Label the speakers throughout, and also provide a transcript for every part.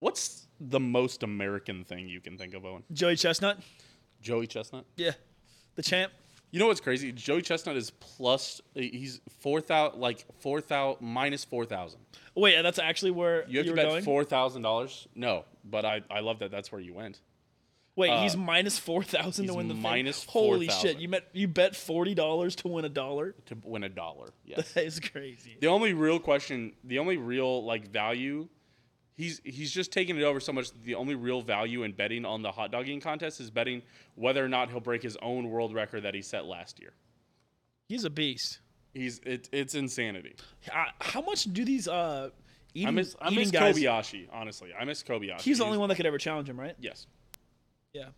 Speaker 1: What's the most American thing you can think of, Owen?
Speaker 2: Joey Chestnut.
Speaker 1: Joey Chestnut.
Speaker 2: Yeah, the champ.
Speaker 1: You know what's crazy? Joey Chestnut is plus. uh, He's four thousand, like four thousand minus four thousand.
Speaker 2: Wait, that's actually where
Speaker 1: You
Speaker 2: you,
Speaker 1: have to
Speaker 2: were
Speaker 1: bet
Speaker 2: going.
Speaker 1: four thousand dollars. No, but I I love that. That's where you went.
Speaker 2: Wait, he's minus four thousand to
Speaker 1: uh, he's
Speaker 2: win the thing?
Speaker 1: minus
Speaker 2: Holy shit!
Speaker 1: 4,000.
Speaker 2: You bet you bet forty dollars to win a dollar.
Speaker 1: to win a dollar. Yes.
Speaker 2: That is crazy.
Speaker 1: the only real question, the only real like value, he's he's just taking it over so much. That the only real value in betting on the hot dog eating contest is betting whether or not he'll break his own world record that he set last year.
Speaker 2: He's a beast.
Speaker 1: He's it, it's insanity.
Speaker 2: I, how much do these uh eating,
Speaker 1: I miss I
Speaker 2: eating
Speaker 1: miss
Speaker 2: guys?
Speaker 1: Kobayashi honestly. I miss Kobayashi.
Speaker 2: He's the only one that could ever challenge him, right?
Speaker 1: Yes,
Speaker 2: Yeah.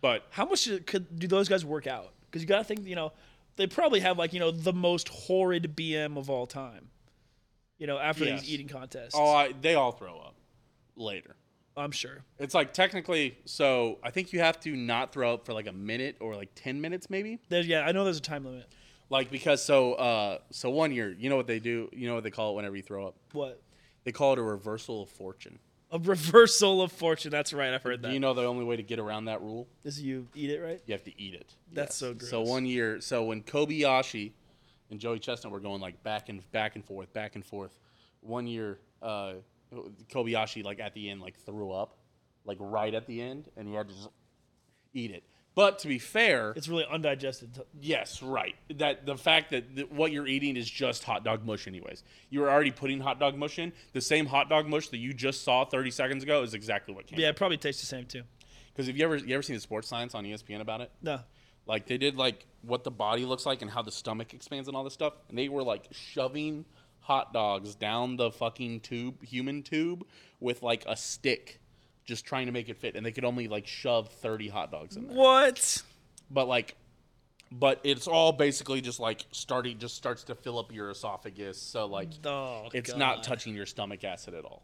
Speaker 1: but
Speaker 2: How much could do those guys work out? Because you got to think, you know, they probably have like you know the most horrid BM of all time. You know, after
Speaker 1: Yes.
Speaker 2: these eating contests,
Speaker 1: oh, I, they all throw up later.
Speaker 2: I'm sure.
Speaker 1: It's like technically, so I think you have to not throw up for like a minute or like ten minutes maybe.
Speaker 2: There's, yeah, I know there's a time limit.
Speaker 1: Like because so uh so one year, you know what they do? You know what they call it whenever you throw up?
Speaker 2: What
Speaker 1: They call it a reversal of fortune.
Speaker 2: a reversal of fortune. That's right. I've heard
Speaker 1: Do
Speaker 2: that.
Speaker 1: you know the only way to get around that rule?
Speaker 2: Is you eat it right?
Speaker 1: You have to eat it.
Speaker 2: That's so gross.
Speaker 1: So one year, so when Kobayashi and Joey Chestnut were going like back and back and forth, back and forth, one year uh Kobayashi like at the end like threw up, like right at the end, and we had to z- eat it. But to be fair,
Speaker 2: It's really undigested.
Speaker 1: Yes, right. That the fact that th- what you're eating is just hot dog mush, anyways. You were already putting hot dog mush in. The same hot dog mush that you just saw 30 seconds ago is exactly what came.
Speaker 2: Yeah, it probably tastes the same too.
Speaker 1: Because if you ever you ever seen the sports science on E ESPN about it,
Speaker 2: No,
Speaker 1: like they did like what the body looks like and how the stomach expands and all this stuff, and they were like shoving hot dogs down the fucking tube, human tube, with like a stick, just trying to make it fit, and they could only like shove 30 hot dogs in there
Speaker 2: what?
Speaker 1: but like but it's all basically just like starting just starts to fill up your esophagus so like
Speaker 2: Oh,
Speaker 1: it's
Speaker 2: God.
Speaker 1: not touching your stomach acid at all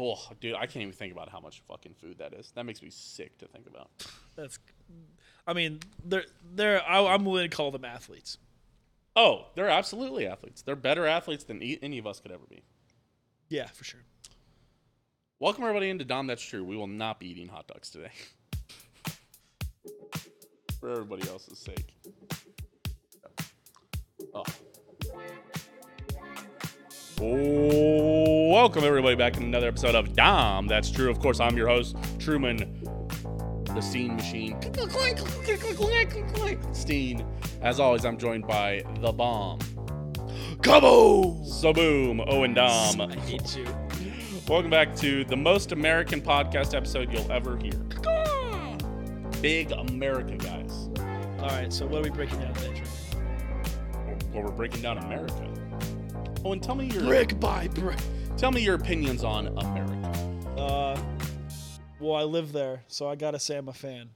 Speaker 1: oh dude i can't even think about how much fucking food that is that makes me sick to think about
Speaker 2: That's. I mean, they're they're. I, I'm willing to call them athletes.
Speaker 1: oh they're absolutely athletes they're better athletes than e- any of us could ever be
Speaker 2: Yeah, for sure.
Speaker 1: welcome everybody into dom that's true we will not be eating hot dogs today for everybody else's sake oh Oh, welcome everybody back in another episode of Dom. That's true. Of course, I'm your host, Truman, the Scene Machine. Steen. As always, I'm joined by the Bomb,
Speaker 2: Kaboom!
Speaker 1: Saboom, Owen Dom.
Speaker 2: I hate you.
Speaker 1: Welcome back to the most American podcast episode you'll ever hear. Big America, guys.
Speaker 2: All right, so what are we breaking down today? Trey?
Speaker 1: Where we're breaking down America. Oh, and tell me your
Speaker 2: Brick by brick.
Speaker 1: tell me your opinions on America.
Speaker 2: Uh, well, I live there, so I gotta say I'm a fan.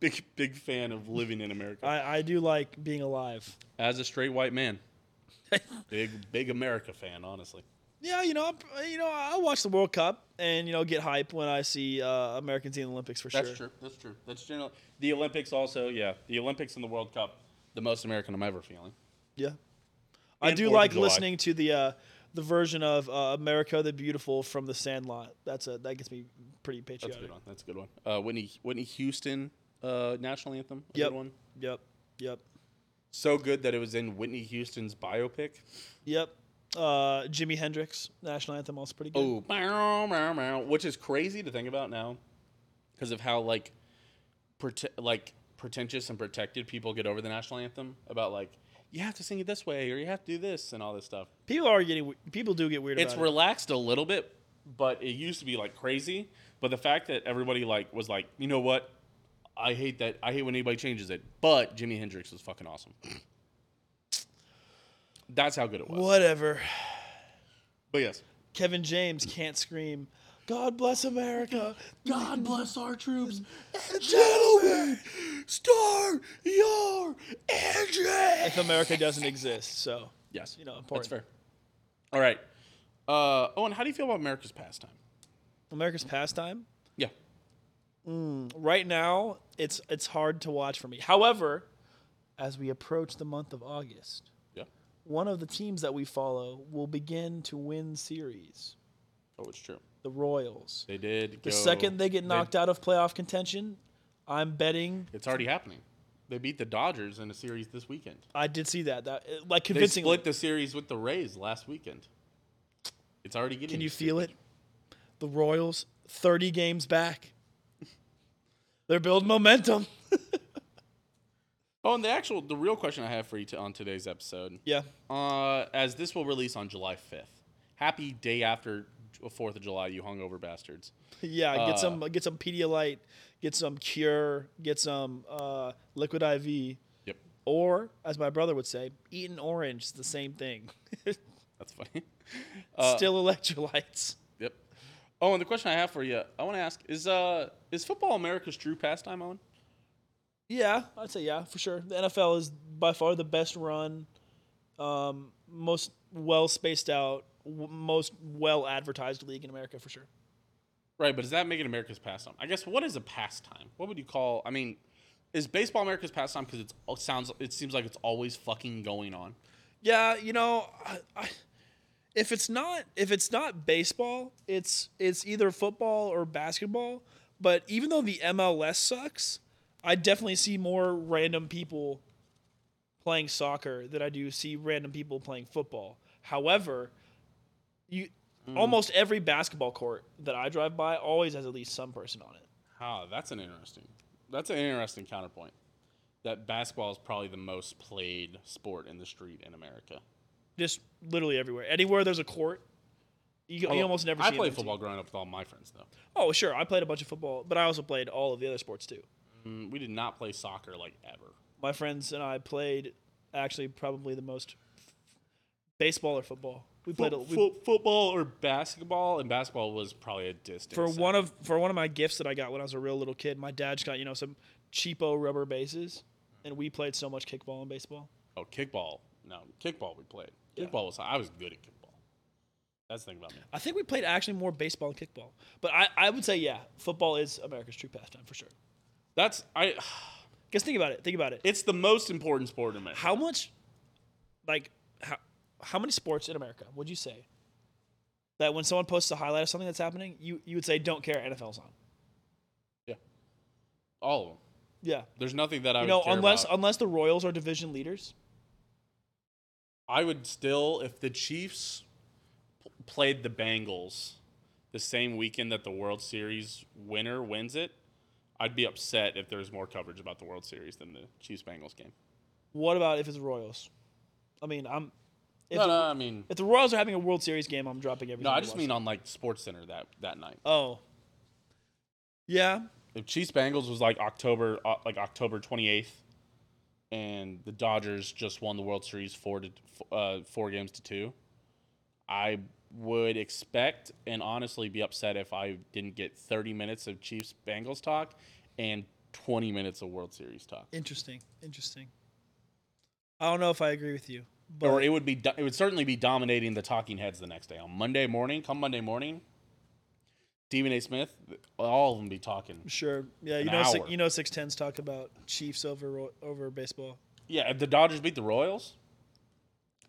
Speaker 1: Big big fan of living in America.
Speaker 2: I I do like being alive.
Speaker 1: as a straight white man. big big America fan, honestly.
Speaker 2: Yeah, you know, I'm, you know, I watch the World Cup and you know get hype when I see uh, Americans in the Olympics for
Speaker 1: That's
Speaker 2: sure.
Speaker 1: true. That's true. That's general. The Olympics also, yeah. The Olympics and the World Cup, the most American I'm ever feeling.
Speaker 2: Yeah, I
Speaker 1: And
Speaker 2: do
Speaker 1: Fourth of
Speaker 2: like
Speaker 1: July.
Speaker 2: listening to the uh, the version of uh, America the Beautiful from The Sandlot. That's a that gets me pretty
Speaker 1: That's a
Speaker 2: patriotic.
Speaker 1: good one. That's a good one. Uh, Whitney Whitney Houston uh, national anthem. A
Speaker 2: Yep.
Speaker 1: good one.
Speaker 2: Yep. Yep.
Speaker 1: So good that it was in Whitney Houston's biopic.
Speaker 2: Yep. Uh, Jimi Hendrix national anthem also pretty good.
Speaker 1: Oh, meow, meow, meow, which is crazy to think about now, because of how like, prote- like pretentious and protected people get over the national anthem about like you have to sing it this way or you have to do this and all this stuff.
Speaker 2: People are getting we- people do get weird.
Speaker 1: It's
Speaker 2: about it.
Speaker 1: relaxed a little bit, but it used to be like crazy. But the fact that everybody like was like, you know what, I hate that. I hate when anybody changes it. But Jimi Hendrix was fucking awesome. That's how good it was.
Speaker 2: whatever.
Speaker 1: But yes.
Speaker 2: Kevin James can't scream. God bless America.
Speaker 1: God bless our troops. And gentlemen, star your engine.
Speaker 2: If America doesn't exist, so
Speaker 1: Yes, you
Speaker 2: know,
Speaker 1: That's
Speaker 2: important.
Speaker 1: fair. All right. Uh, Owen, how do you feel about America's pastime?
Speaker 2: America's pastime.
Speaker 1: Yeah.
Speaker 2: Right now, it's it's hard to watch for me. However, as we approach the month of August,
Speaker 1: Yeah.
Speaker 2: one of the teams that we follow will begin to win series.
Speaker 1: Oh, it's true.
Speaker 2: the Royals.
Speaker 1: They did.
Speaker 2: The second they get knocked out of playoff contention, I'm betting
Speaker 1: it's already happening. They beat the Dodgers in a series this weekend.
Speaker 2: I did see that that like
Speaker 1: They
Speaker 2: convincingly.
Speaker 1: split the series with the Rays last weekend. It's already getting.
Speaker 2: Can you feel it? The Royals, 30 games back. They're building momentum.
Speaker 1: Oh, and the actual, the real question I have for you to, on today's episode,
Speaker 2: Yeah.
Speaker 1: uh, as this will release on July fifth. Happy day after Fourth of July, you hungover bastards.
Speaker 2: Yeah,
Speaker 1: Uh.
Speaker 2: get some get some Pedialyte, get some Cure, get some uh, Liquid IV,
Speaker 1: Yep,
Speaker 2: or as my brother would say, eat an orange. It's the same thing.
Speaker 1: that's funny.
Speaker 2: Still electrolytes.
Speaker 1: Yep. Oh, and the question I have for you, I want to ask is uh is football America's true pastime, Owen?
Speaker 2: Yeah, I'd say yeah for sure. The NFL is by far the best run, um, most well spaced out, w- most well advertised league in America for sure.
Speaker 1: Right, but does that make it America's pastime? I guess what is a pastime? What would you call? I mean, is baseball America's pastime because it's it sounds it seems like it's always fucking going on.
Speaker 2: Yeah, you know, I, I, if it's not if it's not baseball, it's it's either football or basketball. But even though the MLS sucks, I definitely see more random people playing soccer than I do see random people playing football. However, you almost every basketball court that I drive by always has at least some person on it.
Speaker 1: Ah, that's an interesting. That's an interesting counterpoint. That basketball is probably the most played sport in the street in America.
Speaker 2: Just literally everywhere. Anywhere there's a court, you, you almost never
Speaker 1: Oh, I
Speaker 2: see
Speaker 1: played
Speaker 2: another team.
Speaker 1: football growing up with all my friends though.
Speaker 2: Oh, sure. I played a bunch of football, but I also played all of the other sports too.
Speaker 1: Mm, We did not play soccer like ever.
Speaker 2: My friends and I played actually probably the most f- baseball or football. We played a,
Speaker 1: Fo-
Speaker 2: we,
Speaker 1: fo- football or basketball, and basketball was probably a distance.
Speaker 2: for
Speaker 1: thing.
Speaker 2: one of for one of my gifts that I got when I was a real little kid. My dad just got you know some cheapo rubber bases, and we played so much kickball and baseball.
Speaker 1: Oh, kickball. No, kickball we played. Kickball was I was good at kickball. That's the thing about me.
Speaker 2: I think we played actually more baseball and kickball, but I, I would say yeah, football is America's true pastime for sure.
Speaker 1: That's I.
Speaker 2: Because think about it, think about it.
Speaker 1: It's the most important sport in America.
Speaker 2: how much like how, how many sports in america would you say that when someone posts a highlight of something that's happening you, you would say don't care nfl's on
Speaker 1: Yeah. All of them.
Speaker 2: yeah
Speaker 1: There's nothing that I
Speaker 2: you
Speaker 1: would
Speaker 2: know
Speaker 1: care
Speaker 2: unless
Speaker 1: about.
Speaker 2: unless the royals are division leaders
Speaker 1: I would still if the Chiefs p- played the Bengals the same weekend that the World Series winner wins it. I'd be upset if there was more coverage about the World Series than the Chiefs Bengals game.
Speaker 2: what about if it's royals i mean i'm if,
Speaker 1: No, no, I mean,
Speaker 2: if the royals are having a world series game i'm dropping everything
Speaker 1: no, I
Speaker 2: to
Speaker 1: just
Speaker 2: watch
Speaker 1: mean
Speaker 2: it.
Speaker 1: on like Sports Center that that night.
Speaker 2: oh yeah
Speaker 1: if Chiefs Bengals was like October uh, like October 28th and the Dodgers just won the World Series 4 to uh, 4 games to 2 I would expect and honestly be upset if I didn't get 30 minutes of Chiefs Bengals talk and 20 minutes of World Series talk
Speaker 2: interesting interesting i don't know if i agree with you but
Speaker 1: or it would be do- it would certainly be dominating the talking heads the next day on Monday morning come Monday morning Stephen A Smith all of them be talking
Speaker 2: sure yeah you
Speaker 1: An
Speaker 2: know si-
Speaker 1: hour.
Speaker 2: you know 610s talk about chiefs over Roy- over baseball
Speaker 1: Yeah, if the Dodgers beat the Royals,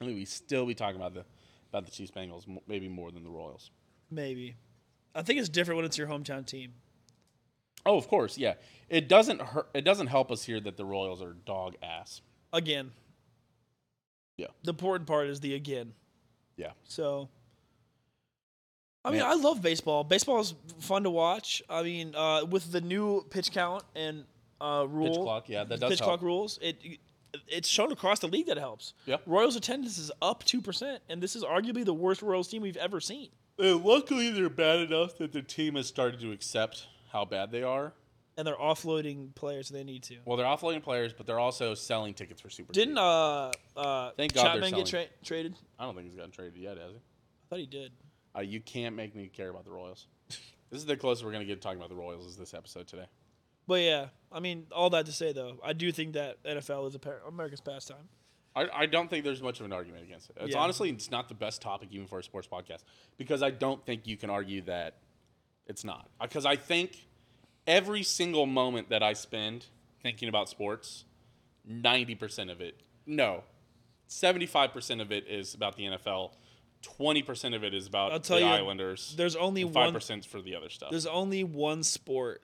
Speaker 1: I think we still be talking about the about the Chiefs Bengals mo- maybe more than the Royals.
Speaker 2: Maybe. I think it's different when it's your hometown team.
Speaker 1: Oh, of course, yeah. It doesn't hurt, it doesn't help us here that the Royals are dog ass.
Speaker 2: Again.
Speaker 1: Yeah.
Speaker 2: The important part is the again.
Speaker 1: Yeah.
Speaker 2: So I mean,
Speaker 1: Man.
Speaker 2: I love baseball. Baseball is fun to watch. I mean, uh, with the new pitch count and uh, rule,
Speaker 1: clock, yeah, that does
Speaker 2: pitch
Speaker 1: help.
Speaker 2: clock rules. It it's shown across the league that helps.
Speaker 1: Yeah.
Speaker 2: Royals attendance is up two percent, and this is arguably the worst Royals team we've ever seen.
Speaker 1: And luckily, they're bad enough that the team has started to accept how bad they are.
Speaker 2: And they're offloading players they need to.
Speaker 1: Well, they're offloading players, but they're also selling tickets for Super.
Speaker 2: Didn't
Speaker 1: Bowl.
Speaker 2: uh uh
Speaker 1: Thank God they're
Speaker 2: Chapman get tra- traded?
Speaker 1: I don't think he's gotten traded yet, has he?
Speaker 2: I thought he did.
Speaker 1: Uh, you can't make me care about the Royals. this is the closest we're gonna get to talking about the Royals is this episode today.
Speaker 2: But yeah, I mean, all that to say though, I do think that NFL is a par- America's pastime.
Speaker 1: I, I don't think there's much of an argument against it. It's
Speaker 2: Yeah.
Speaker 1: honestly it's not the best topic even for a sports podcast because I don't think you can argue that it's not. Because I think every single moment that I spend thinking about sports, 90% of it, no, 75% of it is about the NFL, Twenty percent of it is about
Speaker 2: I'll tell
Speaker 1: the
Speaker 2: you,
Speaker 1: Islanders.
Speaker 2: There's only
Speaker 1: Five
Speaker 2: one
Speaker 1: percent for the other stuff.
Speaker 2: there's only one sport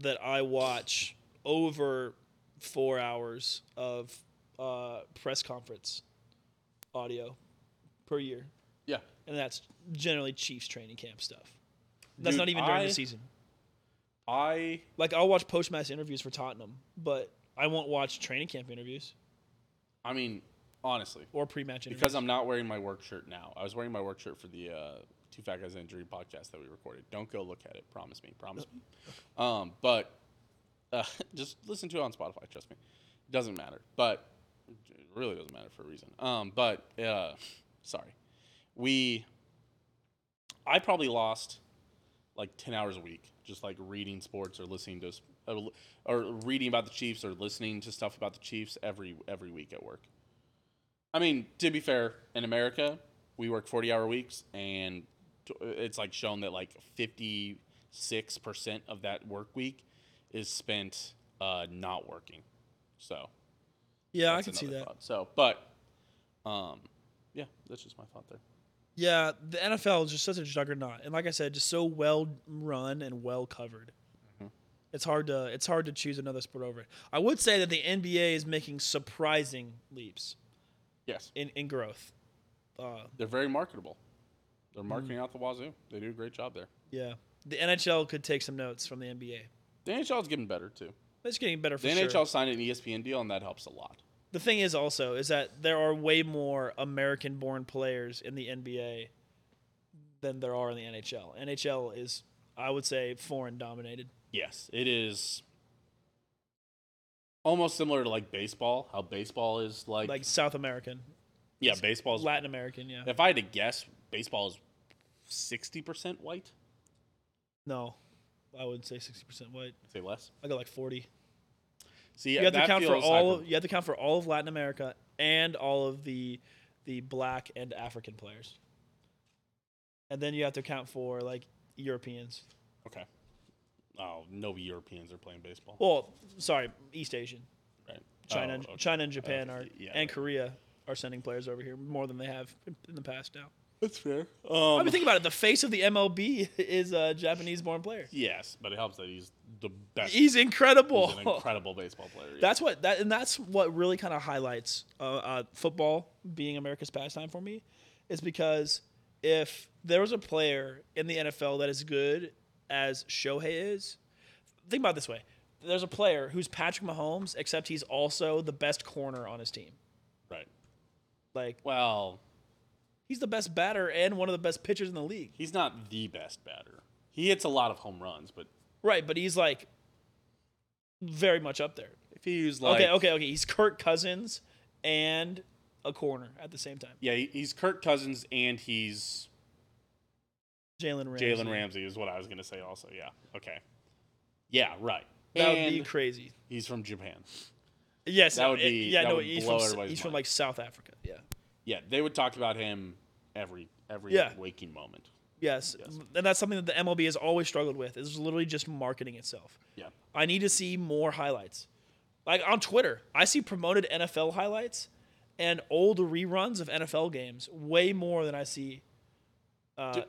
Speaker 2: that I watch over four hours of uh, press conference audio per year,
Speaker 1: yeah,
Speaker 2: and that's generally Chiefs training camp stuff. That's
Speaker 1: Dude,
Speaker 2: not even during
Speaker 1: I-
Speaker 2: the season.
Speaker 1: I
Speaker 2: Like I'll watch post match interviews for Tottenham, but I won't watch training camp interviews
Speaker 1: I mean honestly,
Speaker 2: or pre match interviews.
Speaker 1: because I'm not wearing my work shirt now. I was wearing my work shirt for the uh, Two Fat Guys and a Dream podcast that we recorded. Don't go look at it. Promise me. Promise me. Um, but uh, just listen to it on Spotify. Trust me. It doesn't matter. But it really doesn't matter for a reason. Um, but uh, sorry. We, I probably lost like 10 hours a week just like reading sports or listening to s- or- or reading about the Chiefs or listening to stuff about the Chiefs every every week at work. I mean, to be fair, in America, we work 40 hour weeks, and t- it's like shown that like 56% of that work week is spent uh, not working. So,
Speaker 2: yeah, I
Speaker 1: that's
Speaker 2: can see
Speaker 1: another
Speaker 2: that.
Speaker 1: thought. So, but, um, yeah, that's just my thought there.
Speaker 2: Yeah, the NFL is just such a juggernaut, and like I said, just so well run and well covered. It's hard to it's hard to choose another sport over it. I would say that the NBA is making surprising leaps
Speaker 1: Yes.
Speaker 2: in in growth. Uh,
Speaker 1: They're very marketable. They're
Speaker 2: Mm-hmm.
Speaker 1: marketing out the wazoo. They do a great job there.
Speaker 2: yeah, the NHL could take some notes from the NBA.
Speaker 1: The NHL is getting better too.
Speaker 2: It's getting better for
Speaker 1: The
Speaker 2: sure.
Speaker 1: NHL signed an E ESPN deal, and that helps a lot.
Speaker 2: The thing is also is that there are way more American-born players in the NBA than there are in the NHL. NHL is, I would say, foreign dominated.
Speaker 1: Yes, it is almost similar to like baseball. How baseball is like,
Speaker 2: like South American,
Speaker 1: yeah, baseball is.
Speaker 2: Latin American. Yeah.
Speaker 1: If I had to guess, baseball is sixty percent white.
Speaker 2: No, I would say sixty percent white.
Speaker 1: I'd say less.
Speaker 2: I go like forty.
Speaker 1: See,
Speaker 2: you have to
Speaker 1: that
Speaker 2: count for
Speaker 1: feels
Speaker 2: all.
Speaker 1: hyper-
Speaker 2: Of, you have to count for all of Latin America and all of the the black and African players, and then you have to count for like Europeans.
Speaker 1: okay. Oh, no Europeans are playing baseball.
Speaker 2: Well, sorry, East Asian.
Speaker 1: right.
Speaker 2: China,
Speaker 1: Oh, okay.
Speaker 2: China and Japan are
Speaker 1: yeah,
Speaker 2: and
Speaker 1: right.
Speaker 2: Korea are sending players over here more than they have in, in the past. Now,
Speaker 1: That's fair.
Speaker 2: I
Speaker 1: Um,
Speaker 2: mean, think about it. The face of the MLB is a Japanese-born player.
Speaker 1: yes, but it helps that he's the best.
Speaker 2: He's incredible.
Speaker 1: he's an incredible baseball player. yeah.
Speaker 2: That's what that and that's what really kind of highlights uh, uh, football being America's pastime for me, is because if there was a player in the NFL that is good as Shohei is, think about it this way: there's a player who's Patrick Mahomes, except he's also the best corner on his team.
Speaker 1: right.
Speaker 2: Like
Speaker 1: Well,
Speaker 2: he's the best batter and one of the best pitchers in the league.
Speaker 1: he's not the best batter. He hits a lot of home runs, but
Speaker 2: Right, but he's like very much up there.
Speaker 1: if he used like
Speaker 2: okay, okay, okay. He's Kirk Cousins and a corner at the same time.
Speaker 1: Yeah, he- he's Kirk Cousins and he's
Speaker 2: Jalen Ramsey.
Speaker 1: Jalen Ramsey is what I was gonna say also. Yeah. Okay. Yeah. Right.
Speaker 2: That
Speaker 1: and
Speaker 2: would be crazy.
Speaker 1: he's from Japan.
Speaker 2: Yes,
Speaker 1: That
Speaker 2: no,
Speaker 1: would
Speaker 2: it-
Speaker 1: be-
Speaker 2: yeah,
Speaker 1: that
Speaker 2: no,
Speaker 1: would
Speaker 2: he's,
Speaker 1: blow
Speaker 2: from, s-
Speaker 1: everybody's
Speaker 2: he's from
Speaker 1: mind.
Speaker 2: like South Africa. Yeah.
Speaker 1: Yeah, they would talk about him every every
Speaker 2: Yeah.
Speaker 1: waking moment.
Speaker 2: Yes. and that's something that the MLB has always struggled with. Is literally just marketing itself.
Speaker 1: Yeah.
Speaker 2: I need to see more highlights. Like on Twitter, I see promoted NFL highlights and old reruns of NFL games way more than I see uh,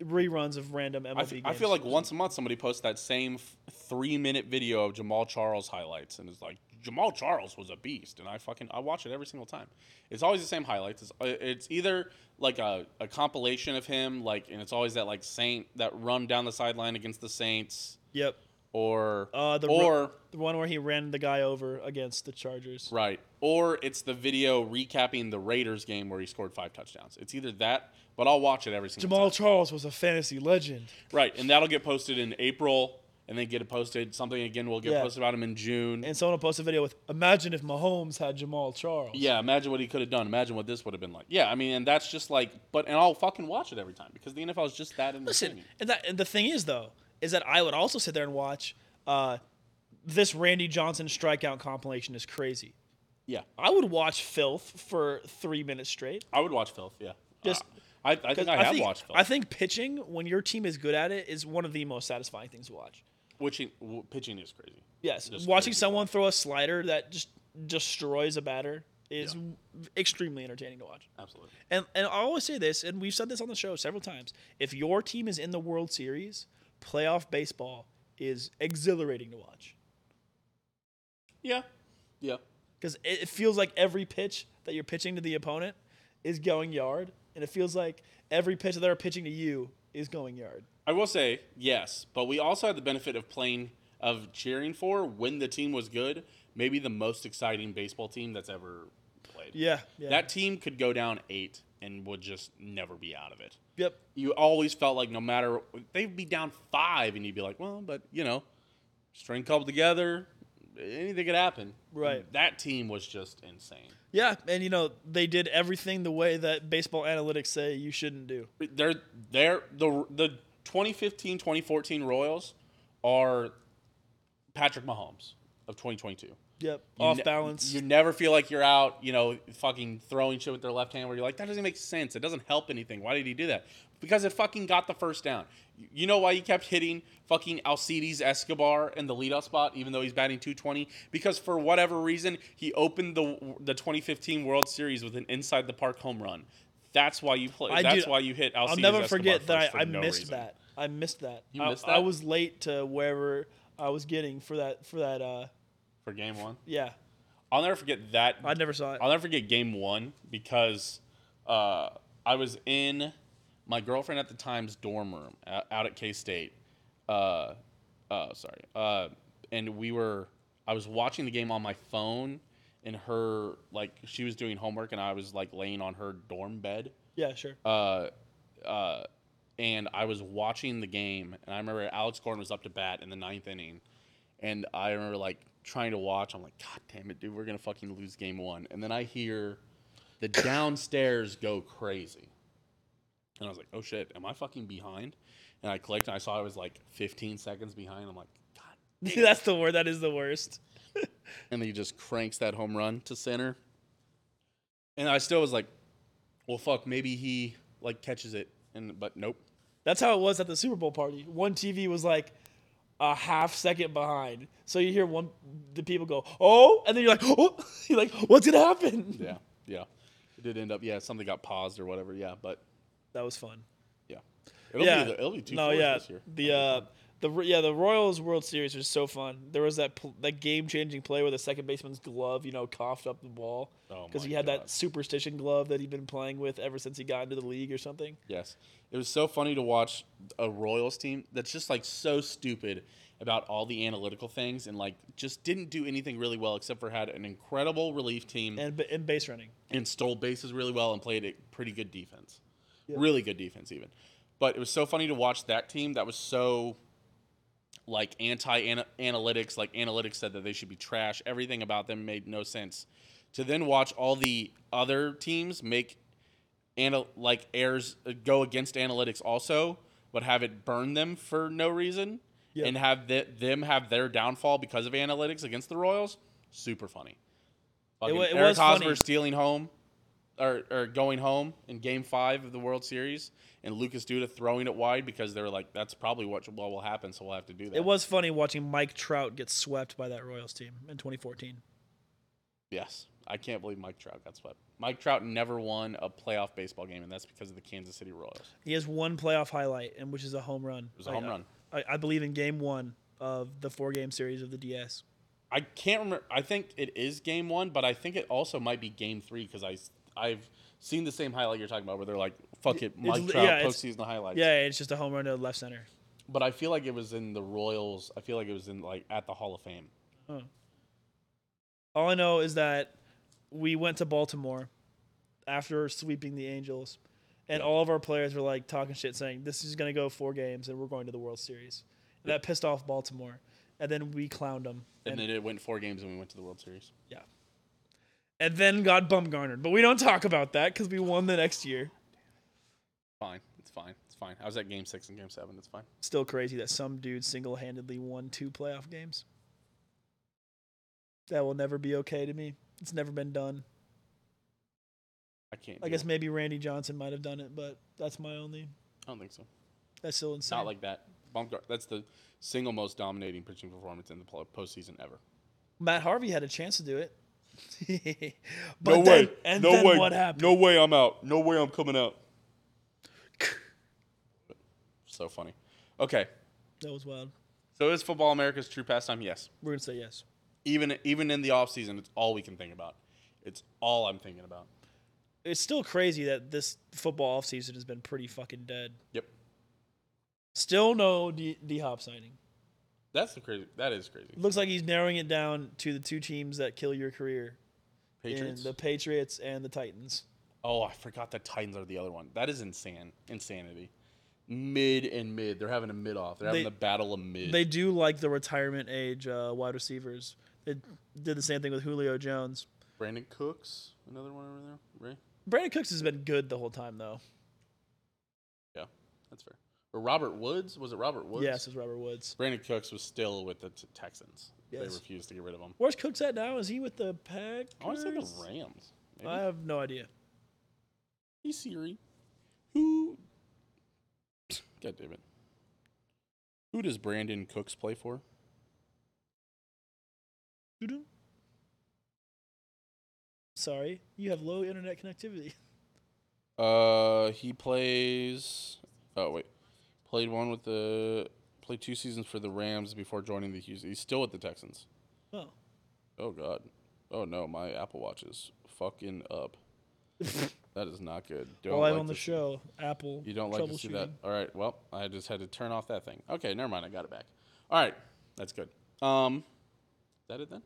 Speaker 2: reruns of random MLB
Speaker 1: I, f-
Speaker 2: games.
Speaker 1: I feel like once a month somebody posts that same f- three minute video of Jamal Charles highlights and it's like Jamal Charles was a beast and I fucking I watch it every single time. It's always the same highlights. It's uh, it's either like a, a compilation of him like and it's always that like Saint that run down the sideline against the Saints
Speaker 2: Yep.
Speaker 1: or
Speaker 2: Uh, the ru-
Speaker 1: or
Speaker 2: The one where he ran the guy over against the Chargers.
Speaker 1: right or it's the video recapping the Raiders game where he scored five touchdowns. It's either that, but I'll watch it every single
Speaker 2: Jamal
Speaker 1: time.
Speaker 2: Charles was a fantasy legend.
Speaker 1: Right, and that'll get posted in April, and then get it posted. Something again will get
Speaker 2: Yeah.
Speaker 1: posted about him in June.
Speaker 2: and someone will post a video with imagine if Mahomes had Jamal Charles.
Speaker 1: yeah, imagine what he could have done. Imagine what this would have been like. Yeah, I mean, and that's just like, but and I'll fucking watch it every time because the NFL is just that entertaining.
Speaker 2: Listen, and that and the thing is though, is that I would also sit there and watch uh, this Randy Johnson strikeout compilation is crazy.
Speaker 1: Yeah,
Speaker 2: I would watch filth for three minutes straight.
Speaker 1: I would watch filth. Yeah,
Speaker 2: Just-
Speaker 1: Uh, I, I think I, have watched filth.
Speaker 2: I think pitching when your team is good at it is one of the most satisfying things to watch.
Speaker 1: Which in- w- pitching is crazy.
Speaker 2: Yes,
Speaker 1: Just
Speaker 2: watching
Speaker 1: crazy.
Speaker 2: someone throw a slider that just destroys a batter is w extremely entertaining to watch.
Speaker 1: Absolutely.
Speaker 2: And and I always say this, and we've said this on the show several times. If your team is in the World Series, playoff baseball is exhilarating to watch
Speaker 1: Yeah. Yeah.
Speaker 2: because it, it feels like every pitch that you're pitching to the opponent is going yard, and it feels like every pitch that they're pitching to you is going yard.
Speaker 1: I will say yes, but we also had the benefit of playing of cheering for when the team was good, maybe the most exciting baseball team that's ever played.
Speaker 2: Yeah, yeah.
Speaker 1: That team could go down 8 and would just never be out of it.
Speaker 2: yep.
Speaker 1: You always felt like no matter they'd be down 5 and you'd be like, "Well, but you know, string coupled together, anything could happen."
Speaker 2: Right.
Speaker 1: That team was just insane.
Speaker 2: Yeah, and you know they did everything the way that baseball analytics say you shouldn't do.
Speaker 1: they're they're the the 2015 2014 Royals are Patrick Mahomes of 2022. You
Speaker 2: Yep, off
Speaker 1: ne-
Speaker 2: balance.
Speaker 1: You never feel like you're out, you know, fucking throwing shit with their left hand where you're like, that doesn't make sense. It doesn't help anything. Why did he do that? Because it fucking got the first down. You- You know why you kept hitting fucking Alcides Escobar in the leadoff spot, even though he's batting 220? Because for whatever reason, he opened the the 2015 World Series with an inside the park home run. That's why you play.
Speaker 2: I-
Speaker 1: that's
Speaker 2: dude,
Speaker 1: why you hit Alcides.
Speaker 2: I'll never
Speaker 1: Escobar
Speaker 2: forget
Speaker 1: first
Speaker 2: that
Speaker 1: for
Speaker 2: I, I
Speaker 1: no
Speaker 2: missed
Speaker 1: reason.
Speaker 2: that. I missed that.
Speaker 1: You
Speaker 2: I,
Speaker 1: missed
Speaker 2: I
Speaker 1: that?
Speaker 2: was late to wherever I was getting for that for that uh
Speaker 1: for game one.
Speaker 2: yeah.
Speaker 1: I'll never forget that.
Speaker 2: I never saw it.
Speaker 1: I'll never forget game one because uh, I was in my girlfriend at the time's dorm room o- out at K State. Uh, uh, sorry. Uh, and we were, I was watching the game on my phone, and her, like, she was doing homework, and I was, like, laying on her dorm bed.
Speaker 2: Yeah, sure.
Speaker 1: Uh, uh, and I was watching the game, and I remember Alex Gordon was up to bat in the ninth inning, and I remember like trying to watch. I'm like, God damn it, dude, we're gonna fucking lose game one. And then I hear the downstairs go crazy, and I was like, Oh shit, am I fucking behind? And I clicked, and I saw I was like 15 seconds behind. I'm like, God. damn it."
Speaker 2: That's the word. That is the worst.
Speaker 1: and he just cranks that home run to center. And I still was like, Well, fuck, maybe he like catches it, and but nope.
Speaker 2: That's how it was at the Super Bowl party. One TV was like a half second behind. So you hear one the people go, "Oh," and then you're like, "Oh," you're like, "What's gonna happen?"
Speaker 1: Yeah, yeah. It did end up, yeah, something got paused or whatever. Yeah, but
Speaker 2: That was fun.
Speaker 1: yeah, it'll
Speaker 2: yeah,
Speaker 1: be it'll be two
Speaker 2: no,
Speaker 1: fours
Speaker 2: yeah.
Speaker 1: this year.
Speaker 2: The uh, the Ro- yeah, the Royals World Series was so fun. There was that pl- that game changing play where the second baseman's glove, you know, coughed up the ball
Speaker 1: Oh
Speaker 2: because
Speaker 1: my
Speaker 2: he had
Speaker 1: God.
Speaker 2: that superstition glove that he'd been playing with ever since he got into the league or something.
Speaker 1: yes, it was so funny to watch a Royals team that's just like so stupid about all the analytical things and like just didn't do anything really well except for had an incredible relief team
Speaker 2: And ba- and base running.
Speaker 1: and stole bases really well and played a pretty good defense. Really good defense even. But it was so funny to watch that team that was so like anti analytics, like analytics said that they should be trash. Everything about them made no sense. To then watch all the other teams make anal- like errors uh, go against analytics also, but have it burn them for no reason
Speaker 2: Yeah.
Speaker 1: and have th- them have their downfall because of analytics against the Royals. Super funny. Fucking
Speaker 2: wa- it
Speaker 1: Eric
Speaker 2: was funny.
Speaker 1: Hosmer stealing home or, or going home in game five of the World Series and Lucas Duda throwing it wide because they were like, that's probably what what will happen, so we'll have to do that.
Speaker 2: It was funny watching Mike Trout get swept by that Royals team in 2014.
Speaker 1: Yes. I can't believe Mike Trout got swept. Mike Trout never won a playoff baseball game, and that's because of the Kansas City Royals.
Speaker 2: He has one playoff highlight, and which is a home run. It
Speaker 1: was a home run.
Speaker 2: I, I believe in game one of the four game series of the DS.
Speaker 1: I can't remember. I think it is game one, but I think it also might be game three because I s- I've seen the same highlight you're talking about where they're like, "Fuck it, Mike
Speaker 2: li-
Speaker 1: Trout
Speaker 2: yeah, it's-
Speaker 1: postseason highlights."
Speaker 2: Yeah, it's just a home run to left center.
Speaker 1: But I feel like it was in the Royals. I feel like it was in like at the Hall of Fame.
Speaker 2: All I know is that we went to Baltimore after sweeping the Angels, and all of our players were like talking shit, saying this is going to go four games and we're going to the World Series. And that pissed off Baltimore, and then we clowned them.
Speaker 1: And,
Speaker 2: And,
Speaker 1: then it went four games, and we went to the World Series.
Speaker 2: yeah, and then got bumgarnered. But we don't talk about that because we won the next year.
Speaker 1: Fine, it's fine, it's fine. I was at Game Six and Game Seven. It's fine.
Speaker 2: Still crazy that some dude single-handedly won two playoff games. That will never be okay to me. It's never been done.
Speaker 1: I can't.
Speaker 2: I
Speaker 1: do
Speaker 2: guess
Speaker 1: it.
Speaker 2: maybe Randy Johnson might have done it, but that's my only.
Speaker 1: I don't think so.
Speaker 2: That's still
Speaker 1: It's
Speaker 2: insane.
Speaker 1: not like that. Bumgar- that's the single most dominating pitching performance in the pl- postseason ever.
Speaker 2: Matt Harvey had a chance to do it. but
Speaker 1: no
Speaker 2: then,
Speaker 1: way.
Speaker 2: And
Speaker 1: no
Speaker 2: then
Speaker 1: way.
Speaker 2: what happened?
Speaker 1: No way I'm out. No way I'm coming out. so funny. Okay.
Speaker 2: That was wild.
Speaker 1: So is football America's true pastime? Yes.
Speaker 2: We're gonna say yes.
Speaker 1: Even even in the off season, it's all we can think about. It's all I'm thinking about.
Speaker 2: It's still crazy that this football offseason has been pretty fucking dead.
Speaker 1: Yep.
Speaker 2: Still no D, D Hop signing.
Speaker 1: That's the crazy. That is crazy.
Speaker 2: Looks like he's narrowing it down to the two teams that kill your career: in
Speaker 1: Patriots.
Speaker 2: the Patriots and the Titans.
Speaker 1: oh, I forgot the Titans are the other one. That is insane. Insanity. Mid and mid. They're having a mid off. They're having
Speaker 2: They-
Speaker 1: the battle of mid.
Speaker 2: They do like the retirement age uh, wide receivers. They did the same thing with Julio Jones.
Speaker 1: Brandon Cooks, another one over there. Ray.
Speaker 2: Brandon Cooks has been good the whole time, though.
Speaker 1: Yeah, that's fair. Or Robert Woods. Was it Robert Woods?
Speaker 2: Yes, it's Robert Woods.
Speaker 1: Brandon Cooks was still with the t- Texans. They
Speaker 2: Yes.
Speaker 1: refused to get rid of him.
Speaker 2: Where's Cooks at now? Is he with the Packers?
Speaker 1: I want to say the Rams. Maybe.
Speaker 2: I have no idea.
Speaker 1: hey Siri, who? God damn it. Who does Brandon Cooks play for?
Speaker 2: Doo-doo. Sorry, you have low internet connectivity.
Speaker 1: Uh, he plays. Oh wait, played one with the played two seasons for the Rams before joining the Houston. He's still with the Texans.
Speaker 2: Oh,
Speaker 1: Oh god. Oh no, my Apple Watch is fucking up. that is not good. Don't
Speaker 2: live
Speaker 1: like
Speaker 2: on the
Speaker 1: to see-
Speaker 2: show, Apple.
Speaker 1: You don't like to see that. All right. Well, I just had to turn off that thing. Okay, never mind. I got it back. All right, that's good. Um, is that it then?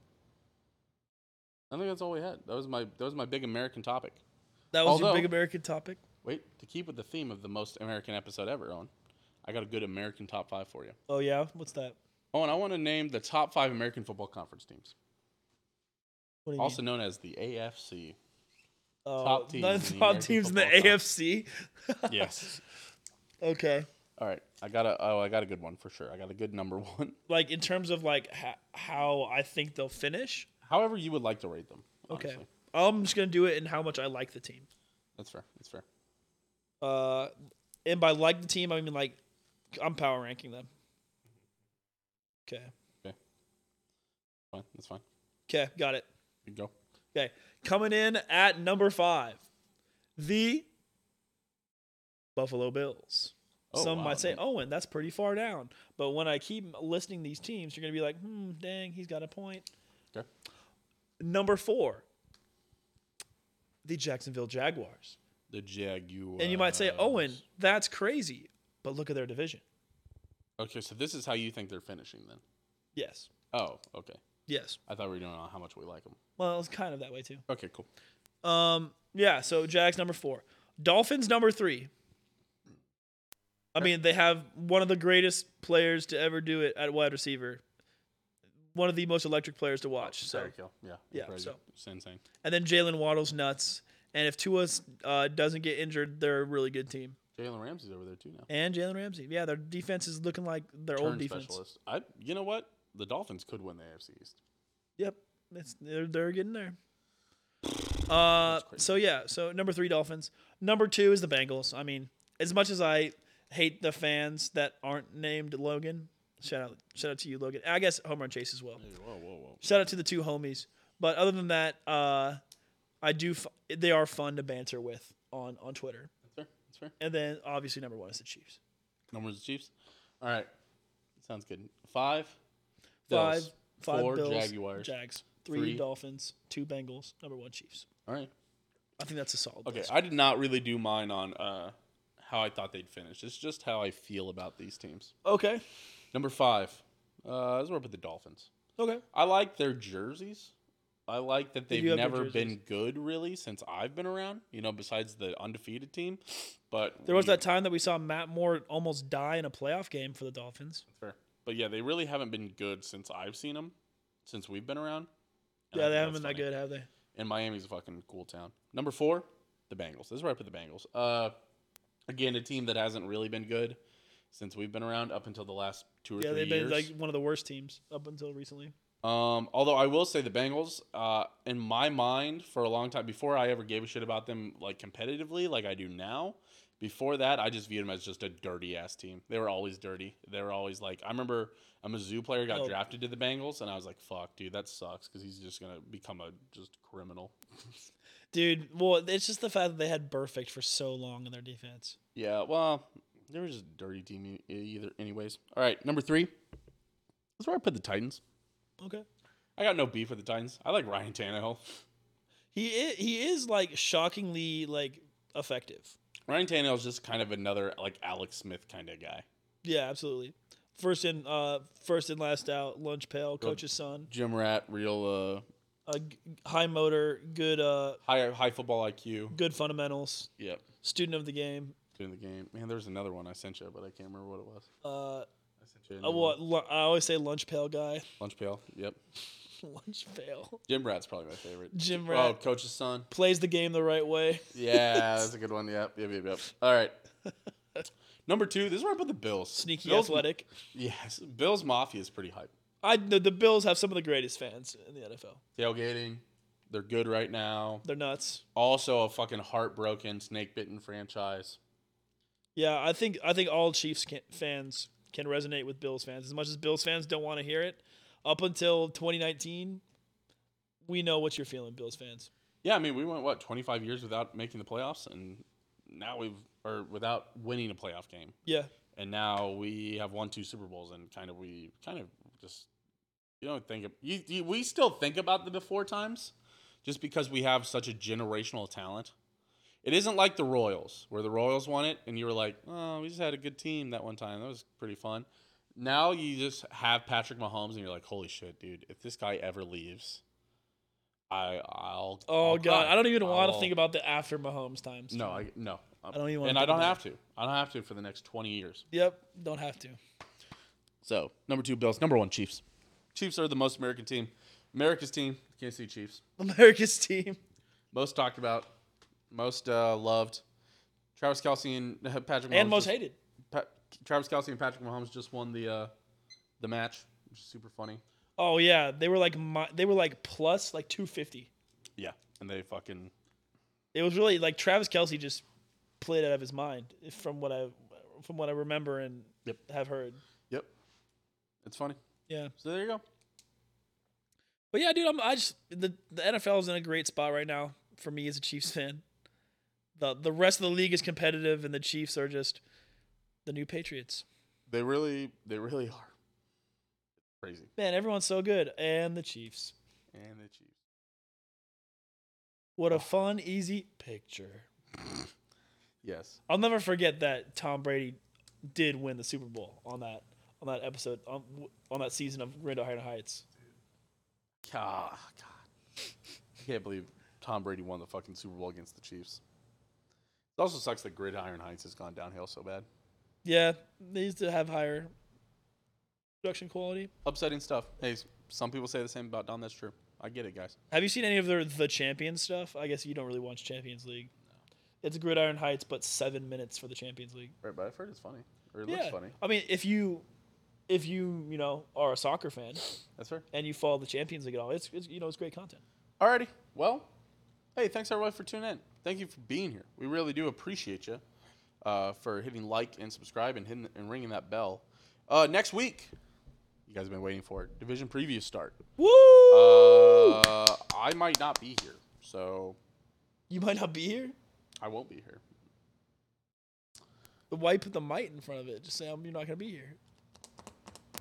Speaker 1: I think that's all we had. That was my that was my big American topic.
Speaker 2: That was your
Speaker 1: Although-
Speaker 2: big American topic.
Speaker 1: Wait, to keep with the theme of the most American episode ever, Owen, I got a good American top five for you.
Speaker 2: Oh yeah, what's that?
Speaker 1: Owen, I want to name the top five American football conference teams,
Speaker 2: What do you
Speaker 1: also
Speaker 2: mean?
Speaker 1: known as the AFC.
Speaker 2: Oh,
Speaker 1: top teams
Speaker 2: none
Speaker 1: in
Speaker 2: of the
Speaker 1: the
Speaker 2: top
Speaker 1: American
Speaker 2: teams in the
Speaker 1: football
Speaker 2: AFC.
Speaker 1: Yes.
Speaker 2: okay,
Speaker 1: All right, I got a oh, I got a good one for sure. I got a good number one.
Speaker 2: like in terms of like ha- how I think they'll finish.
Speaker 1: However, you would like to rate them.
Speaker 2: Okay,
Speaker 1: honestly.
Speaker 2: I'm just gonna do it in how much I like the team.
Speaker 1: that's fair. That's fair.
Speaker 2: Uh, and by like the team, I mean like I'm power ranking them. Okay.
Speaker 1: Fine, that's fine.
Speaker 2: Okay, got it.
Speaker 1: You go.
Speaker 2: Okay, coming in at number five, the Buffalo Bills.
Speaker 1: Oh,
Speaker 2: Some
Speaker 1: wow,
Speaker 2: might say,
Speaker 1: that-
Speaker 2: Owen, that's pretty far down. But when I keep listing these teams, you're going to be like, hmm, dang, he's got a point.
Speaker 1: Okay.
Speaker 2: Number four, the Jacksonville Jaguars.
Speaker 1: The Jaguars.
Speaker 2: And you might say, Owen, that's crazy. But look at their division.
Speaker 1: Okay, so this is how you think they're finishing then.
Speaker 2: Yes.
Speaker 1: Oh, okay.
Speaker 2: Yes.
Speaker 1: I thought we were doing on how much we like them.
Speaker 2: Well, it's kind of that way too.
Speaker 1: Okay, cool.
Speaker 2: Um, yeah, so Jags number four. Dolphins number three. I mean, they have one of the greatest players to ever do it at wide receiver. One of the most electric players to watch. So
Speaker 1: Tyreek Hill, Yeah.
Speaker 2: Yeah,
Speaker 1: incredible.
Speaker 2: so-
Speaker 1: It's insane.
Speaker 2: and then Jalen Waddle's nuts. And if Tua uh, doesn't get injured, they're a really good team.
Speaker 1: Jalen Ramsey's over there too now.
Speaker 2: And Jalen Ramsey. Yeah, their defense is looking like their old
Speaker 1: Turn
Speaker 2: defense.
Speaker 1: specialist. I. You know what? The Dolphins could win the AFC East.
Speaker 2: Yep. It's, they're, they're getting there. Uh,
Speaker 1: crazy.
Speaker 2: so yeah, so number three Dolphins. Number two is the Bengals. I mean, as much as I hate the fans that aren't named Logan, shout out, shout out to you, Logan. I guess Home Run Chase as well.
Speaker 1: Hey, whoa, whoa, whoa.
Speaker 2: Shout out to the two homies. But other than that, uh, I do. F- they are fun to banter with on on Twitter.
Speaker 1: That's fair. That's fair.
Speaker 2: And then obviously number one is the Chiefs.
Speaker 1: Numbers of Chiefs. All right. Sounds good. Five.
Speaker 2: Five,
Speaker 1: Bills,
Speaker 2: five
Speaker 1: four
Speaker 2: Bills,
Speaker 1: Jaguars.
Speaker 2: Jags, three,
Speaker 1: three-
Speaker 2: Dolphins, two Bengals, number one Chiefs.
Speaker 1: All right.
Speaker 2: I think that's a solid.
Speaker 1: Okay,
Speaker 2: list.
Speaker 1: I did not really do mine on uh, how I thought they'd finish. It's just how I feel about these teams.
Speaker 2: Okay.
Speaker 1: Number five, uh, is where I put the Dolphins.
Speaker 2: Okay.
Speaker 1: I like their jerseys. I like that they've
Speaker 2: do have good
Speaker 1: never been
Speaker 2: jerseys.
Speaker 1: good really since I've been around. You know, besides the undefeated team, but
Speaker 2: There was
Speaker 1: we-
Speaker 2: that time that we saw Matt Moore almost die in a playoff game for the Dolphins.
Speaker 1: Fair. But yeah, they really haven't been good since I've seen them, since we've been around. And I
Speaker 2: yeah,
Speaker 1: think
Speaker 2: they haven't
Speaker 1: that's
Speaker 2: been that
Speaker 1: funny.
Speaker 2: good, have they?
Speaker 1: And Miami's a fucking cool town. Number four, the Bengals. This is where I put the Bengals. Uh, again, a team that hasn't really been good since we've been around up until the last two or
Speaker 2: Yeah,
Speaker 1: three
Speaker 2: they've been
Speaker 1: years.
Speaker 2: like one of the worst teams up until recently.
Speaker 1: um, although I will say the Bengals, uh, in my mind, for a long time before I ever gave a shit about them like competitively, like I do now, Before that, I just viewed them as just a dirty ass team. They were always dirty. They were always like, I remember a Mizzou player got
Speaker 2: Oh.
Speaker 1: drafted to the Bengals, and I was like, fuck, dude, that sucks because he's just gonna become a just criminal.
Speaker 2: Dude, well, it's just the fact that they had perfect for so long in their defense.
Speaker 1: Yeah, well, they were just a dirty team e- either. Anyways, all right, number three. That's where I put the Titans.
Speaker 2: Okay.
Speaker 1: I got no beef with the Titans. I like Ryan Tannehill.
Speaker 2: He is, he is like shockingly like effective.
Speaker 1: Ryan Tannehill's just kind of another like Alex Smith kind of guy.
Speaker 2: Yeah, absolutely. First in uh first and last out, lunch pail, coach's son,
Speaker 1: Jim Rat, real
Speaker 2: a g- high motor, good uh
Speaker 1: uh, high high football IQ.
Speaker 2: good fundamentals,
Speaker 1: Yep,
Speaker 2: student of the game.
Speaker 1: doing the game. Man, there's another one I sent you, but I can't remember what it was.
Speaker 2: Uh,
Speaker 1: I sent you
Speaker 2: uh
Speaker 1: another
Speaker 2: what
Speaker 1: one.
Speaker 2: lu- I always say lunch pail guy.
Speaker 1: lunch pail. Yep,
Speaker 2: lunch pail.
Speaker 1: Jim Rat's probably my favorite.
Speaker 2: Jim
Speaker 1: Oh,
Speaker 2: Rat
Speaker 1: coach's son.
Speaker 2: plays the game the right way.
Speaker 1: Yeah, that's a good one. Yep, yep, yep, yep. All right. Number two, this is where I put the Bills.
Speaker 2: Sneaky
Speaker 1: Bills,
Speaker 2: athletic.
Speaker 1: Yes, Bills Mafia is pretty hype.
Speaker 2: I the, the Bills have some of the greatest fans in the NFL.
Speaker 1: Tailgating, they're good right now.
Speaker 2: They're nuts.
Speaker 1: Also, a fucking heartbroken, snake bitten franchise.
Speaker 2: Yeah, I think I think all Chiefs can, fans can resonate with Bills fans as much as Bills fans don't want to hear it. Up until 2019, we know what you're feeling, Bills fans.
Speaker 1: Yeah, I mean, we went what 25 years without making the playoffs, and now we've or without winning a playoff game,
Speaker 2: Yeah,
Speaker 1: and now we have won two Super Bowls, and kind of we kind of just you don't think of, you, you, we still think about the before times, just because we have such a generational talent. It isn't like the Royals, where the Royals won it, and you were like, oh, we just had a good team that one time. That was pretty fun. Now you just have Patrick Mahomes, and you're like, holy shit, dude! If this guy ever leaves, I I'll
Speaker 2: Oh
Speaker 1: I'll
Speaker 2: god,
Speaker 1: cry.
Speaker 2: I don't even want to
Speaker 1: I'll-
Speaker 2: think about the after Mahomes times.
Speaker 1: oh. No, I no. I
Speaker 2: don't even wanna
Speaker 1: And I
Speaker 2: think
Speaker 1: don't
Speaker 2: about
Speaker 1: have to. I don't have to for the next twenty years.
Speaker 2: Yep, don't have to.
Speaker 1: So number two, Bills. Number one, Chiefs. Chiefs are the most American team. America's team, the Kansas City Chiefs.
Speaker 2: America's team.
Speaker 1: Most talked about, most uh, loved. Travis Kelsey and Patrick Mahomes
Speaker 2: And most
Speaker 1: just-
Speaker 2: hated.
Speaker 1: Pa- Travis Kelsey and Patrick Mahomes just won the uh, the match, which is super funny.
Speaker 2: Oh yeah, they were like mi- they were like plus like 250.
Speaker 1: Yeah, and they fucking
Speaker 2: It was really like Travis Kelsey just played out of his mind if- from what I from what I remember and
Speaker 1: Yep.
Speaker 2: have heard.
Speaker 1: yep. It's funny.
Speaker 2: Yeah.
Speaker 1: So there you go.
Speaker 2: But yeah, dude, I'm, I just the the NFL is in a great spot right now for me as a Chiefs fan. The the rest of the league is competitive and the Chiefs are just the new Patriots.
Speaker 1: They really, they really are crazy.
Speaker 2: Man, everyone's so good and the Chiefs.
Speaker 1: And the Chiefs.
Speaker 2: What a fun easy picture.
Speaker 1: Yes.
Speaker 2: I'll never forget that Tom Brady did win the Super Bowl on that on that episode on, on that season of Grand Ohio Heights.
Speaker 1: Ah, God. I can't believe Tom Brady won the fucking Super Bowl against the Chiefs. It also sucks that Gridiron Heights has gone downhill so bad.
Speaker 2: Yeah, they used to have higher production quality.
Speaker 1: Upsetting stuff. Hey, s- some people say the same about Don. That's true. I get it, guys.
Speaker 2: Have you seen any of their the Champions stuff? I guess you don't really watch Champions League. It's Gridiron Heights, but seven minutes for the Champions League.
Speaker 1: Right, but I've heard it's funny. Or it
Speaker 2: yeah,
Speaker 1: looks funny.
Speaker 2: I mean, if you if you you know are a soccer fan
Speaker 1: That's fair.
Speaker 2: and you follow the Champions League at all, it's, it's you know it's great content.
Speaker 1: Alrighty. Well, hey, thanks everybody for tuning in. Thank you for being here. We really do appreciate you uh, for hitting like and subscribe and hitting and ringing that bell. Uh, next week, you guys have been waiting for it. Division previews start.
Speaker 2: Woo!
Speaker 1: Uh, I might not be here, so
Speaker 2: you might not be here.
Speaker 1: I won't be here.
Speaker 2: But Why put the might in front of it? Just say "Um, you're not gonna be here.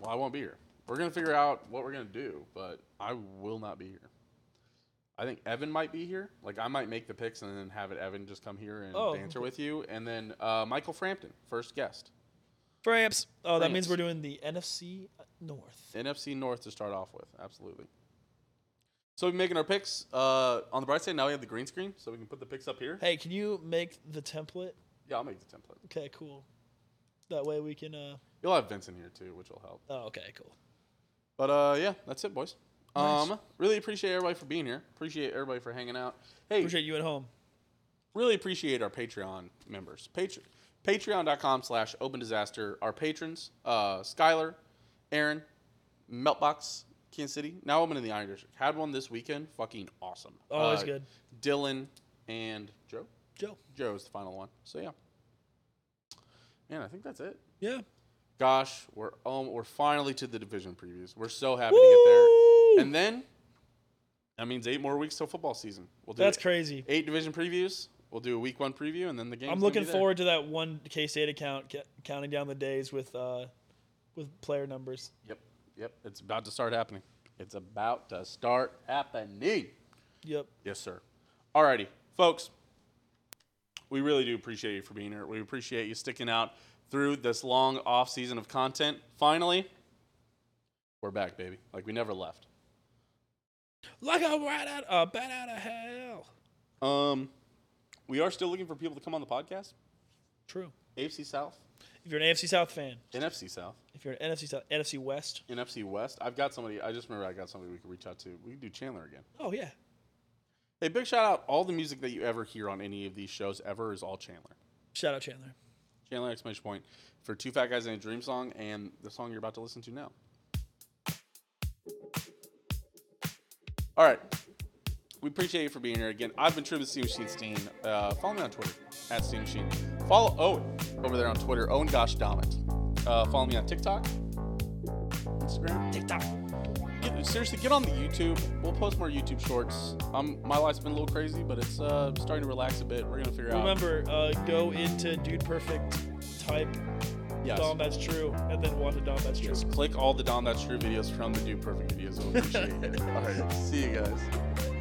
Speaker 1: Well, I won't be here. We're gonna figure out what we're gonna do, but I will not be here. I think Evan might be here. Like I might make the picks and then have it Evan just come here and
Speaker 2: Oh,
Speaker 1: banter with you, and then uh, Michael Frampton, first guest,
Speaker 2: Framps. Oh, that means
Speaker 1: Framps.
Speaker 2: we're doing the NFC North.
Speaker 1: NFC North to start off with. Absolutely. So we're making our picks. Uh, on the bright side, now we have the green screen, so we can put the picks up here.
Speaker 2: Hey, can you make the template?
Speaker 1: Yeah, I'll make the template.
Speaker 2: Okay, cool. That way we can. Uh,
Speaker 1: You'll have Vince in here too, which will help.
Speaker 2: oh, okay, cool.
Speaker 1: But uh, yeah, that's it, boys.
Speaker 2: Nice.
Speaker 1: Um, really appreciate everybody for being here. Appreciate everybody for hanging out. Hey,
Speaker 2: Appreciate you at home.
Speaker 1: really appreciate our Patreon members. Patreon. Patreon.com slash open disaster. Our patrons, uh, Skylar, Aaron, Meltbox, Kansas City, now open in the Iron District. Had one this weekend. Fucking awesome.
Speaker 2: Always
Speaker 1: Uh,
Speaker 2: Oh, good.
Speaker 1: Dylan and Joe.
Speaker 2: Joe.
Speaker 1: Joe's the final one. So yeah. Man, I think that's it.
Speaker 2: Yeah.
Speaker 1: Gosh, we're um, we're finally to the division previews. We're so happy to get there.
Speaker 2: Woo!
Speaker 1: And then that means eight more weeks till football season. We'll do
Speaker 2: That's
Speaker 1: it.
Speaker 2: crazy.
Speaker 1: eight division previews. We'll do a week one preview, and then the game.
Speaker 2: I'm looking forward to that one K State account ca- counting down the days with uh, with player numbers.
Speaker 1: Yep, yep. It's about to start happening. It's about to start happening.
Speaker 2: Yep.
Speaker 1: Yes, sir. Alrighty, folks. We really do appreciate you for being here. We appreciate you sticking out through this long off season of content. Finally, we're back, baby. Like we never left.
Speaker 2: Like a rat out, a bat out of hell.
Speaker 1: Um, we are still looking for people to come on the podcast.
Speaker 2: True.
Speaker 1: AFC South,
Speaker 2: If you're an AFC South fan,
Speaker 1: NFC South,
Speaker 2: if you're an NFC South, NFC West.
Speaker 1: NFC West. I've got somebody. I just remember I got somebody we could reach out to. We could do Chandler again.
Speaker 2: Oh yeah.
Speaker 1: Hey, big shout out! All the music that you ever hear on any of these shows ever is all Chandler.
Speaker 2: Shout out Chandler.
Speaker 1: Chandler exclamation point for two fat guys and a dream song, and the song you're about to listen to now. All right, we appreciate you for being here again. I've been Trim with Steam Machine Steen. Uh, follow me on Twitter at Steam Machine. Follow Owen over there on Twitter. Owen Gosh Domit. Uh, follow me on TikTok, Instagram.
Speaker 2: TikTok.
Speaker 1: Get, seriously, get on the YouTube. We'll post more YouTube shorts. Um, my life's been a little crazy, but it's uh, starting to relax a bit. We're gonna figure out.
Speaker 2: Remember, uh, go into Dude Perfect, type
Speaker 1: Yes.
Speaker 2: Dom That's True, and then watch a Dom That's True.
Speaker 1: Just click all the Don That's True videos from the Do Perfect videos. We'll appreciate it. all right. See you guys.